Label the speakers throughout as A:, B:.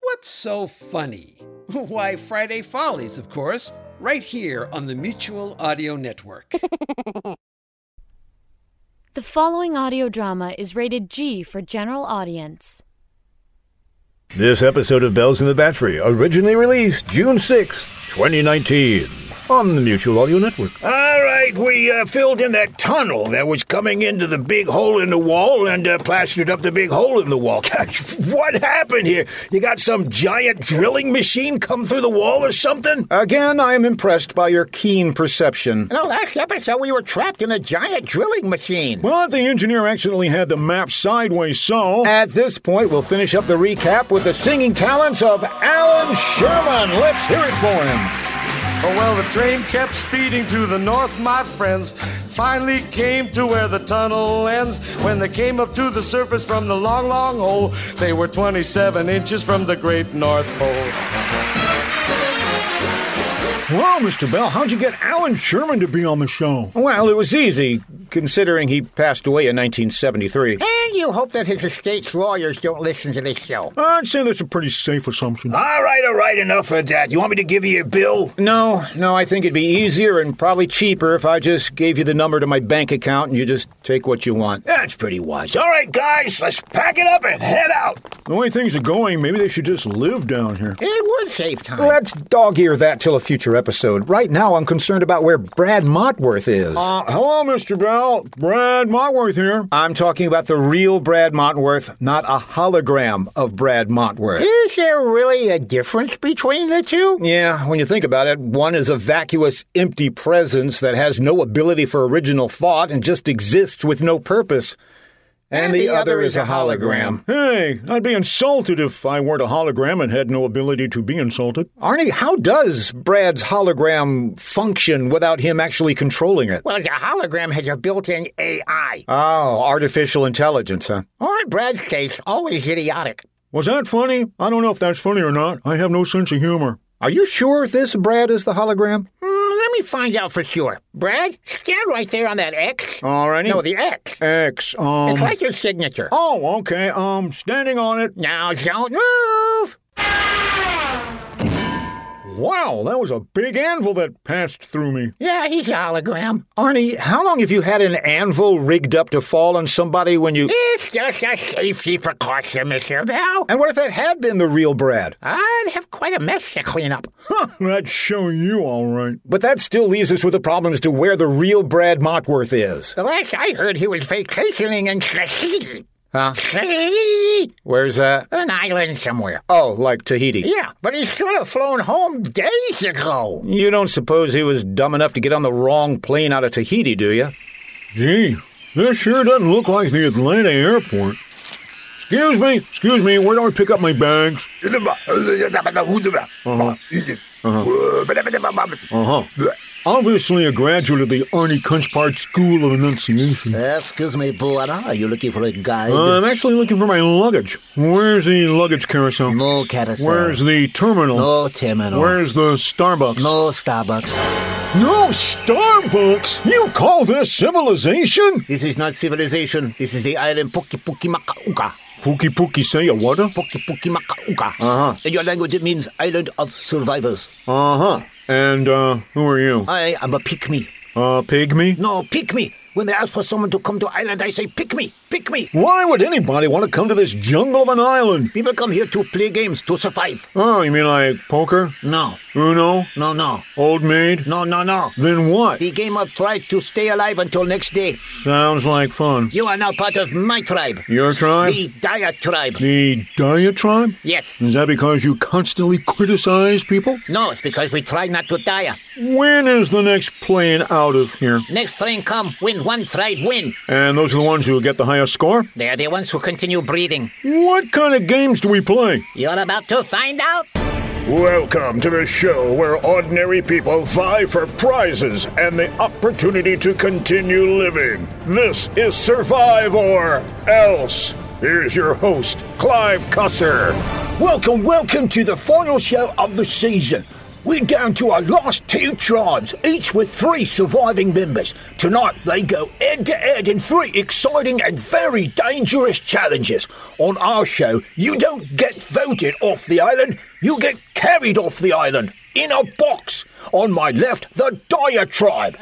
A: What's so funny? Why, Friday Follies, of course, right here on the Mutual Audio Network.
B: The following audio drama is rated G for general audience.
C: This episode of Bells in the Battery, originally released June 6th, 2019, on the Mutual Audio Network.
D: All right, we uh, filled in that tunnel that was coming into the big hole in the wall and uh, plastered up the big hole in the wall. Gosh, what happened here? You got some giant drilling machine come through the wall or something?
E: Again, I am impressed by your keen perception.
F: No, last episode we were trapped in a giant drilling machine.
G: But the engineer accidentally had the map sideways, so.
E: At this point, we'll finish up the recap with the singing talents of Alan Sherman. Let's hear it for him.
H: Oh, well, the train kept speeding to the north, my friends. Finally came to where the tunnel ends. When they came up to the surface from the long, long hole, they were 27 inches from the great North Pole.
G: Wow, Mr. Bell, how'd you get Alan Sherman to be on the show?
E: Well, it was easy, considering he passed away in 1973.
F: And you hope that his estate's lawyers don't listen to this show.
G: I'd say that's a pretty safe assumption.
D: All right, all right, enough of that. You want me to give you your bill?
E: No, no, I think it'd be easier and probably cheaper if I just gave you the number to my bank account and you just take what you want.
D: That's pretty wise. All right, guys, let's pack it up and head out.
G: The way things are going, maybe they should just live down here.
F: It would save time.
E: Let's dog ear that till a future episode. Right now, I'm concerned about where Brad Motworth is.
G: Uh, hello, Mr. Bell. Brad Motworth here.
E: I'm talking about the real Brad Motworth, not a hologram of Brad Motworth.
F: Is there really a difference between the two?
E: Yeah, when you think about it, one is a vacuous, empty presence that has no ability for original thought and just exists with no purpose. And, and the, the, other, is a hologram.
G: Hey, I'd be insulted if I weren't a hologram and had no ability to be insulted.
E: Arnie, how does Brad's hologram function without him actually controlling it?
F: Well, the hologram has a built in AI.
E: Oh, artificial intelligence, huh?
F: Or in Brad's case, always idiotic.
G: Was that funny? I don't know if that's funny or not. I have no sense of humor.
E: Are you sure this Brad is the hologram?
F: Mm, let me find out for sure. Brad, stand right there on that X.
G: Alrighty.
F: No, the X.
G: X. Um.
F: It's like your signature.
G: Oh, okay. Um, standing on it.
F: Now don't move.
G: Wow, that was a big anvil that passed through me.
F: Yeah, he's a hologram.
E: Arnie, how long have you had an anvil rigged up to fall on somebody when you.
F: It's just a safety precaution, Mr. Bell.
E: And what if that had been the real Brad?
F: I'd have quite a mess to clean up.
G: Huh, that'd show you all right.
E: But that still leaves us with a problem as to where the real Brad Motworth is.
F: The last I heard, he was vacationing in Tahiti.
E: Huh? Where's that?
F: An island somewhere.
E: Oh, like Tahiti.
F: Yeah, but he should have flown home days ago.
E: You don't suppose he was dumb enough to get on the wrong plane out of Tahiti, do you?
G: Gee, this sure doesn't look like the Atlanta airport. Excuse me, excuse me, where do I pick up my bags? Uh-huh. Uh-huh. Uh-huh. Obviously a graduate of the Arnie Kunchpard School of Enunciation.
I: Excuse me, but are you looking for a guide?
G: Uh, I'm actually looking for my luggage. Where's the luggage carousel?
I: No carousel.
G: Where's the terminal?
I: No terminal.
G: Where's the Starbucks?
I: No Starbucks.
G: No Starbucks? You call this civilization?
I: This is not civilization. This is the island Puki Puki Makauka.
G: Puki Puki say a what?
I: Puki Puki Makauka.
G: Uh huh.
I: In your language, it means island of survivors.
G: Uh huh. And uh, who are you?
I: I am a pygmy.
G: Uh, pygmy?
I: No, pygmy. When they ask for someone to come to island, I say pick me, pick me.
G: Why would anybody want to come to this jungle of an island?
I: People come here to play games, to survive.
G: Oh, you mean like poker?
I: No.
G: Uno?
I: No, no.
G: Old maid?
I: No, no, no.
G: Then what?
I: The game of try to stay alive until next day.
G: Sounds like fun.
I: You are now part of my tribe.
G: Your tribe?
I: The diatribe.
G: The diatribe?
I: Yes.
G: Is that because you constantly criticize people?
I: No, it's because we try not to die.
G: When is the next plane out of here?
I: Next train come, win one tried win.
G: And those are the ones who get the highest. by a score?
F: They're the ones who continue breathing.
G: What kind of games do we play?
F: You're about to find out.
D: Welcome to the show where ordinary people vie for prizes and the opportunity to continue living. This is Survive or Else. Here's your host, Clive Cusser.
I: Welcome, welcome to the final show of the season. We're down to our last two tribes, each with three surviving members. Tonight they go head to head in three exciting and very dangerous challenges. On our show, you don't get voted off the island, you get carried off the island in a box. On my left, the Daya tribe.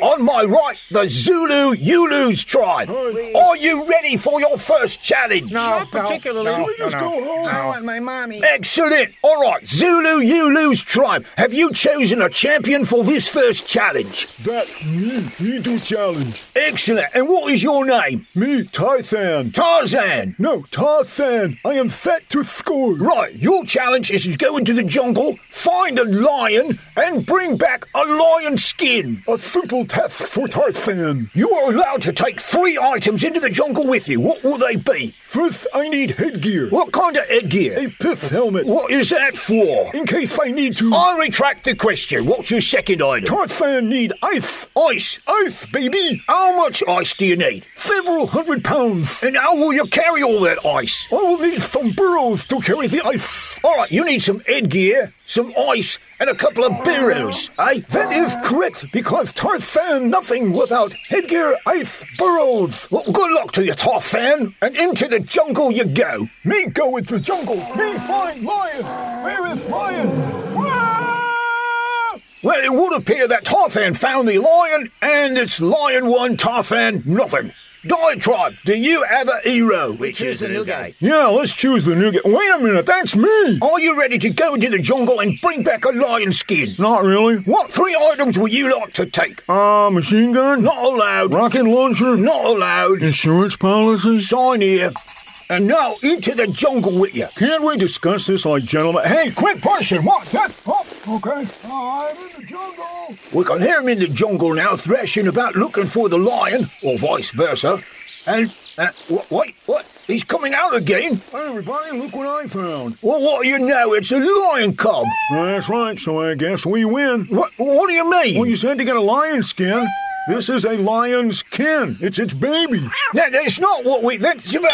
I: On my right, the Zulu Ulus tribe. Are you ready for your first challenge?
F: Not particularly.
I: just go home? I want my mommy. Excellent. All right, Zulu, you lose tribe. Have you chosen a champion for this first challenge?
G: That's me. Me do challenge.
I: Excellent. And what is your name?
G: Me, Tythan.
I: Tarzan.
G: No, Tarzan. I am fat to score.
I: Right, your challenge is to go into the jungle, find a lion, and bring back a lion skin.
G: A simple task for Tarzan.
I: You are allowed to take three items into the jungle with you. What will they be?
G: First, I need headgear.
I: What kind of headgear?
G: A pith helmet.
I: What is that for?
G: In case I need to.
I: I retract the question. What's your second item?
G: Tarzan need ice.
I: Ice.
G: Ice, baby.
I: How much ice do you need?
G: Several hundred pounds.
I: And how will you carry all that ice?
G: I will need some burrows to carry the ice.
I: All right, you need some headgear, some ice, and a couple of burrows, eh?
G: That is correct, because Tarzan nothing without headgear, ice, burrows.
I: Well, good luck to you, Tarfan, and into the jungle you go.
G: Me go into jungle, me find lion. Where is lion? Wah!
I: Well, it would appear that Tarfan found the lion, and it's lion one, Tarfan nothing. Diatribe, do you have a hero?
F: Which is the new guy?
G: Yeah, let's choose the new guy. Wait a minute, that's me.
I: Are you ready to go into the jungle and bring back a lion skin?
G: Not really.
I: What three items would you like to take?
G: Uh, machine gun?
I: Not allowed.
G: Rocket launcher?
I: Not allowed.
G: Insurance policies?
I: Sign here. And now into the jungle with you.
G: Can't we discuss this like gentlemen?
I: Hey, quick person, what? That?
G: Oh, okay. I'm in the jungle.
I: We can hear him in the jungle now, thrashing about looking for the lion, or vice versa. And, uh, wh- wait, what? He's coming out again?
G: Hey, everybody, look what I found.
I: Well, what do you know? It's a lion cub.
G: That's right, so I guess we win.
I: What, what do you mean?
G: Well, you said to get a lion skin. This is a lion's kin. It's its baby.
I: That, that's not what we... That's about...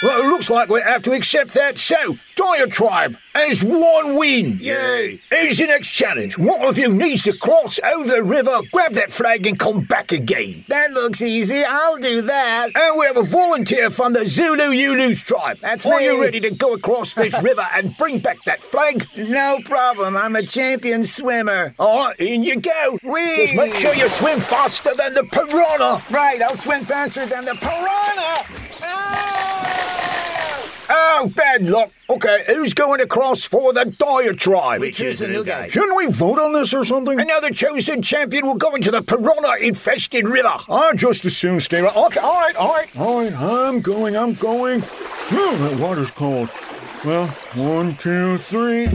I: Well, it looks like we have to accept that. So, Diatribe has one win.
D: Yay.
I: Here's the next challenge. One of you needs to cross over the river, grab that flag, and come back again.
F: That looks easy. I'll do that.
I: And we have a volunteer from the Zulu Ulus tribe.
F: That's
I: Are
F: me.
I: you ready to go across this river and bring back that flag?
F: No problem. I'm a champion swimmer.
I: All right, in you go.
F: Whee!
I: Just make sure you swim faster than the piranha.
F: Right, I'll swim faster than the piranha.
I: Oh, bad luck. Okay, who's going across for the diatribe?
F: Which is the new guy?
G: Shouldn't we vote on this or something?
I: And now the chosen champion will go into the piranha infested river.
G: I just as soon stay right. Okay, all right, all right, all right. I'm going, I'm going. Whew, that water's cold. Well, one, two, three.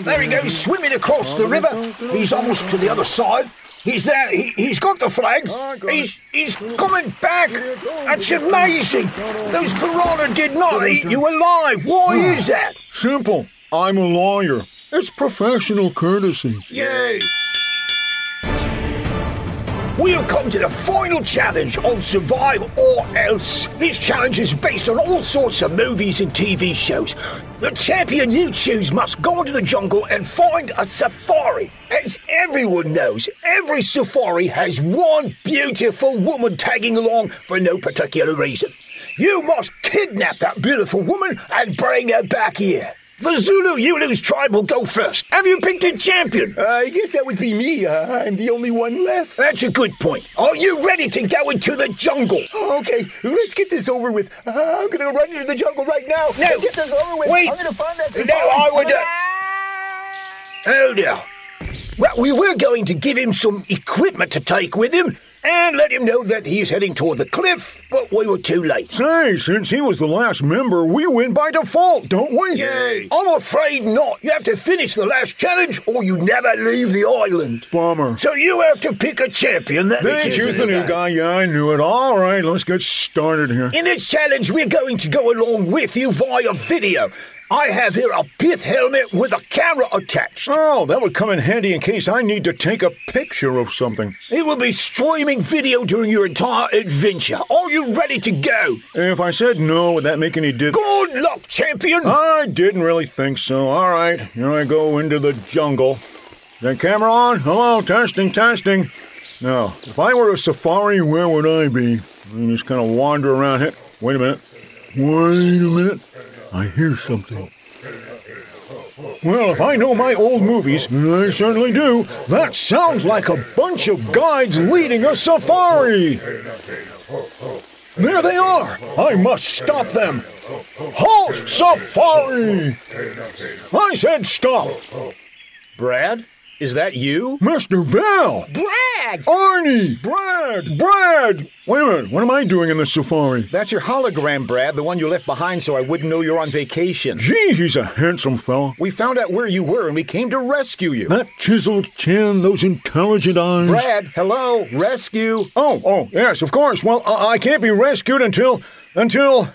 I: There he goes, swimming across the river. He's almost to the other side. He's there. He, he's got the flag.
G: I got
I: He's
G: it.
I: he's coming back. That's amazing. Those piranha did not eat you alive. Why is that?
G: Simple. I'm a lawyer. It's professional courtesy.
D: Yay!
I: We have come to the final challenge on Survive or Else. This challenge is based on all sorts of movies and TV shows. The champion you choose must go into the jungle and find a safari. As everyone knows, every safari has one beautiful woman tagging along for no particular reason. You must kidnap that beautiful woman and bring her back here. The Zulu Ulus tribe will go first. Have you picked a champion? Uh, I guess that would be me. Uh, I'm the only one left. That's a good point. Are you ready to go into the jungle? Okay, let's get this over with. Uh, I'm gonna run into the jungle right now. No,
F: Get this over with.
I: Wait.
F: I'm gonna find that
I: No,
F: safari.
I: I would. Uh... Ah! Oh dear. Well, we were going to give him some equipment to take with him, and let him know that he is heading toward the cliff, but we were too late.
G: Say, since he was the last member, we win by default, don't we?
I: Yay! I'm afraid not. You have to finish the last challenge or you never leave the island.
G: Bummer.
I: So you have to pick a champion that
G: They choose the new guy. Yeah, I knew it. All right, let's get started here.
I: In this challenge, we're going to go along with you via video. I have here a pith helmet with a camera attached.
G: Oh, that would come in handy in case I need to take a picture of something.
I: It will be streaming video during your entire adventure. Are you ready to go?
G: If I said no, would that make any difference?
I: Good luck, champion!
G: I didn't really think so. All right, here I go into the jungle. The camera on? Hello, testing, testing. Now, if I were a safari, where would I be? I just kind of wander around here. Wait a minute. Wait a minute. I hear something. Well, if I know my old movies, and I certainly do, that sounds like a bunch of guides leading a safari. There they are! I must stop them! Halt, safari! I said stop!
E: Brad, is that you?
G: Mr. Bell!
F: Brad!
I: Oh,
G: Arnie! Brad! Brad! Wait a minute, what am I doing in this safari?
E: That's your hologram, Brad, the one you left behind so I wouldn't know you're on vacation.
G: Gee, he's a handsome fella.
E: We found out where you were and we came to rescue you.
G: That chiseled chin, those intelligent eyes.
E: Brad, hello, rescue.
G: Oh, oh, yes, of course. Well, I, I can't be rescued until. until.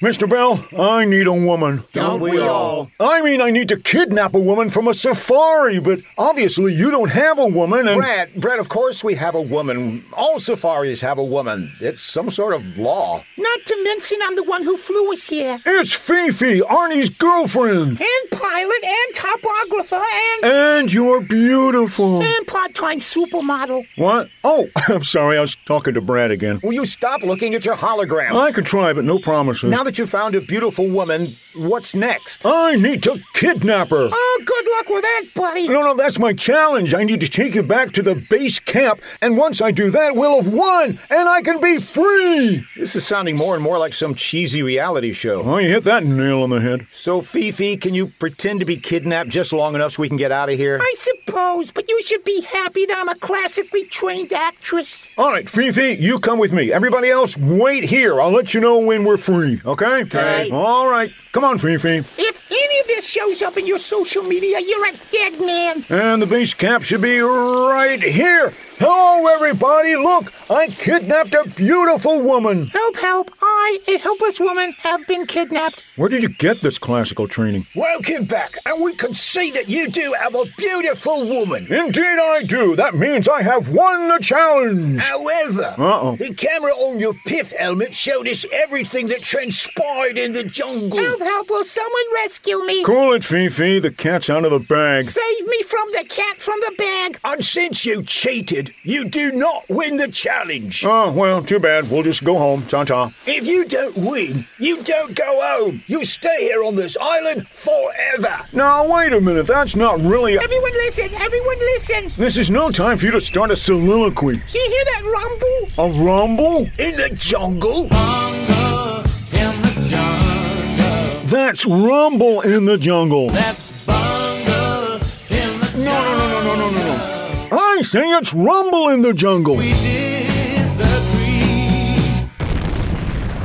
G: Mr. Bell, I need a woman.
E: Don't we all?
G: I mean, I need to kidnap a woman from a safari, but obviously you don't have a woman, and.
E: Brad, Brad, of course we have a woman. All safaris have a woman. It's some sort of law.
F: Not to mention I'm the one who flew us here.
G: It's Fifi, Arnie's girlfriend!
F: And pilot and topographer and...
G: And you're beautiful!
F: And part-time supermodel.
G: What? Oh, I'm sorry, I was talking to Brad again.
E: Will you stop looking at your hologram?
G: I could try, but no promises.
E: Now that you found a beautiful woman, what's next?
G: I need to kidnap her!
F: Oh, good luck with that, buddy.
G: No, no, that's my challenge. I need to take you back to the base camp, and once I do that, we'll have won, and I can be free!
E: This is sounding more and more like some cheesy reality show.
G: Oh, you hit that nail on the head.
E: So, Fifi, can you pretend to be kidnapped just long enough so we can get out of here?
F: I suppose, but you should be happy that I'm a classically trained actress.
G: All right, Fifi, you come with me. Everybody else, wait here. I'll let you know when we're free, okay?
F: Okay.
G: All right. Come on, Fifi.
F: If any of this shows up in your social media, you're a dead man.
G: And the base camp should be right here. Hello, everybody. Look, I kidnapped a beautiful woman.
F: Help, help. I, a helpless woman, have been kidnapped.
G: Where did you get this classical training?
I: Welcome back, and we can see that you do have a beautiful woman.
G: Indeed, I do. That means I have won the challenge.
I: However,
G: Uh-oh.
I: the camera on your pith helmet showed us everything that transpired in the jungle.
F: Help, help. Will someone rescue me?
G: Cool it, Fifi. The cat's out of the bag.
F: Save me from the cat from the bag.
I: And since you cheated, you do not win the challenge.
G: Oh, well, too bad. We'll just go home. Ta ta.
I: If you don't win, you don't go home. You stay here on this island forever.
G: Now, wait a minute. That's not really. A-
F: Everyone listen. Everyone listen.
G: this is no time for you to start a soliloquy.
F: Do you hear that rumble?
G: A rumble?
I: In the jungle,
J: in the jungle.
G: That's Rumble in the Jungle.
J: That's Bunga in the
G: No, no,
J: jungle.
G: no, no, no, no, no, no. I say it's Rumble in the Jungle.
J: We disagree.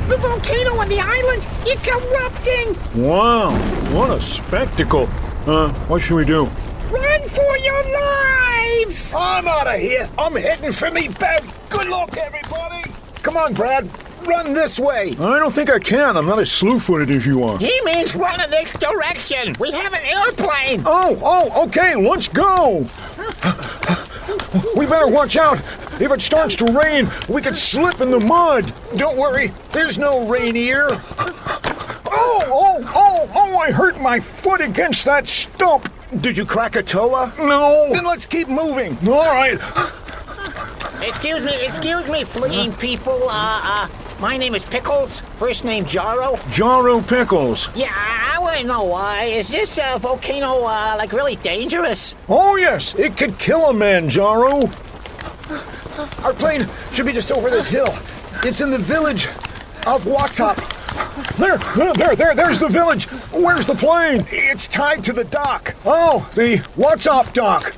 F: The volcano on the island. It's erupting.
G: Wow, what a spectacle. Uh, what should we do?
F: Run for your lives.
I: I'm out of here. I'm heading for me boat. Good luck, everybody.
E: Come on, Brad, run this way.
G: I don't think I can. I'm not as slew footed as you are.
F: He means run in this direction. We have an airplane.
G: Oh, oh, okay, let's go. We better watch out. If it starts to rain, we could slip in the mud.
E: Don't worry, there's no reindeer.
G: Oh, oh, oh, oh, I hurt my foot against that stump.
E: Did you crack a toa?
G: No.
E: Then let's keep moving.
G: All right.
F: Excuse me, excuse me, fleeing people. Uh, uh, my name is Pickles. First name Jaro.
G: Jaro Pickles.
F: Yeah, I want to know. Uh, is this uh, volcano uh, like really dangerous?
G: Oh, yes, it could kill a man, Jaro.
E: Our plane should be just over this hill. It's in the village of Waxhop.
G: There, there, there, there, there's the village. Where's the plane?
E: It's tied to the dock.
G: Oh, the what's up dock.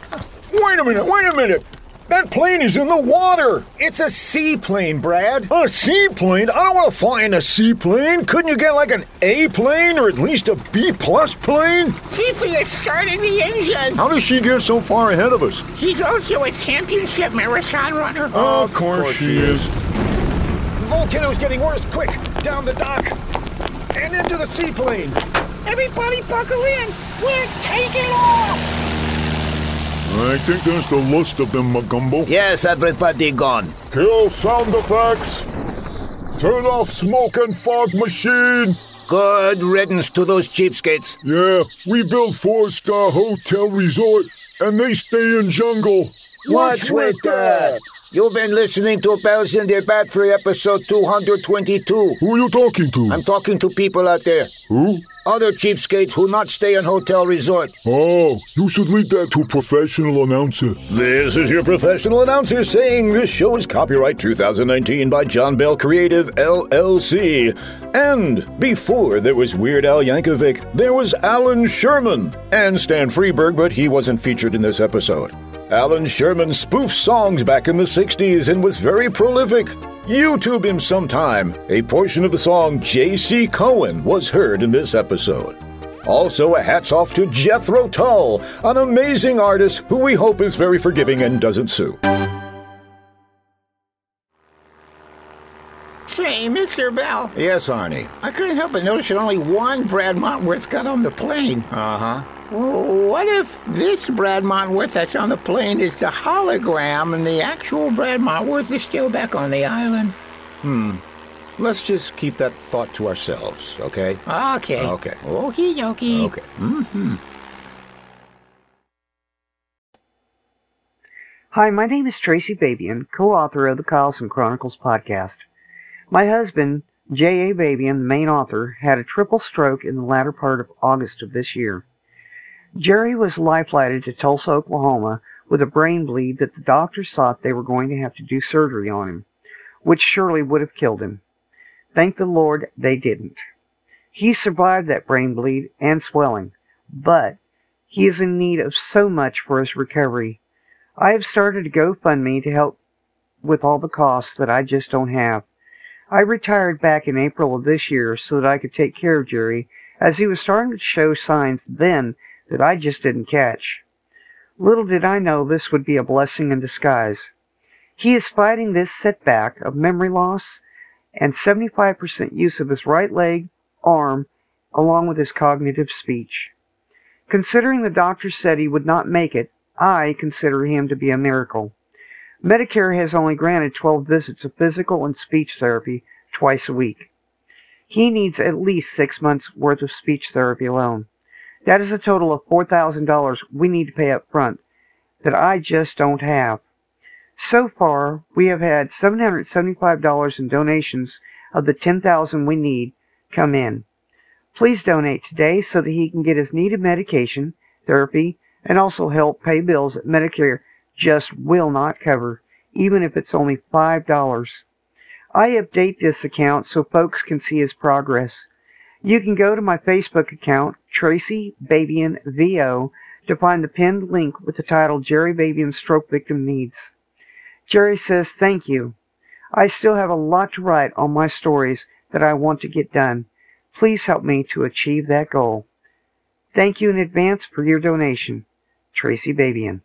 G: Wait a minute, wait a minute.
I: That plane is in the water! It's a seaplane, Brad!
G: A seaplane? I don't want to fly in a seaplane! Couldn't you get like an A plane or at least a B plus plane?
F: Fifi is starting the engine.
G: How does she get so far ahead of us?
F: She's also a championship marathon runner.
G: Of course, she is.
I: The volcano's getting worse! Quick! Down the dock! And into the seaplane!
F: Everybody buckle in. We're taking off.
G: I think that's the list of them, Magumbo.
K: Yes, everybody gone.
G: Kill sound effects. Turn off smoke and fog machine.
K: Good riddance to those cheapskates.
G: Yeah, we build four star hotel resort, and they stay in jungle.
K: What's with that? You've been listening to Bells in the Battery episode 222.
G: Who are you talking to?
K: I'm talking to people out there.
G: Who?
K: Other cheapskates who not stay in hotel resort.
G: Oh, you should leave that to professional announcer.
I: This is your professional announcer saying this show is copyright 2019 by John Bell Creative LLC. And before there was Weird Al Yankovic, there was Alan Sherman and Stan Freeberg, but he wasn't featured in this episode. Alan Sherman spoofed songs back in the 60s and was very prolific. YouTube him sometime. A portion of the song J.C. Cohen was heard in this episode. Also, a hats off to Jethro Tull, an amazing artist who we hope is very forgiving and doesn't sue.
F: Say, Mr. Bell,
I: Yes, Arnie.
F: I couldn't help but notice that only one Brad Montworth got on the plane.
I: Uh huh.
F: What if this Brad Montworth that's on the plane is the hologram and the actual Brad Montworth is still back on the island?
I: Let's just keep that thought to ourselves, okay?
F: Okay.
I: Okay.
F: Okie dokie.
I: Okay.
L: Hi, my name is Tracy Babian, co author of the Carlson Chronicles podcast. My husband, J.A. Babian, the main author, had a triple stroke in the latter part of August of this year. Jerry was lifelighted to Tulsa, Oklahoma, with a brain bleed that the doctors thought they were going to have to do surgery on him, which surely would have killed him. Thank the Lord they didn't. He survived that brain bleed and swelling, but he is in need of so much for his recovery. I have started a GoFundMe to help with all the costs that I just don't have. I retired back in April of this year so that I could take care of Jerry, as he was starting to show signs then that I just didn't catch. Little did I know this would be a blessing in disguise. He is fighting this setback of memory loss and 75% use of his right leg, arm, along with his cognitive speech. Considering the doctor said he would not make it, I consider him to be a miracle. Medicare has only granted 12 visits of physical and speech therapy twice a week. He needs at least six months' worth of speech therapy alone. That is a total of $4,000 we need to pay up front that I just don't have. So far, we have had $775 in donations of the 10000 we need come in. Please donate today so that he can get his needed medication, therapy, and also help pay bills that Medicare just will not cover, even if it's only $5. I update this account so folks can see his progress. You can go to my Facebook account, Tracy Babian VO, to find the pinned link with the title Jerry Babian Stroke Victim Needs. Jerry says, Thank you. I still have a lot to write on my stories that I want to get done. Please help me to achieve that goal. Thank you in advance for your donation. Tracy Babian.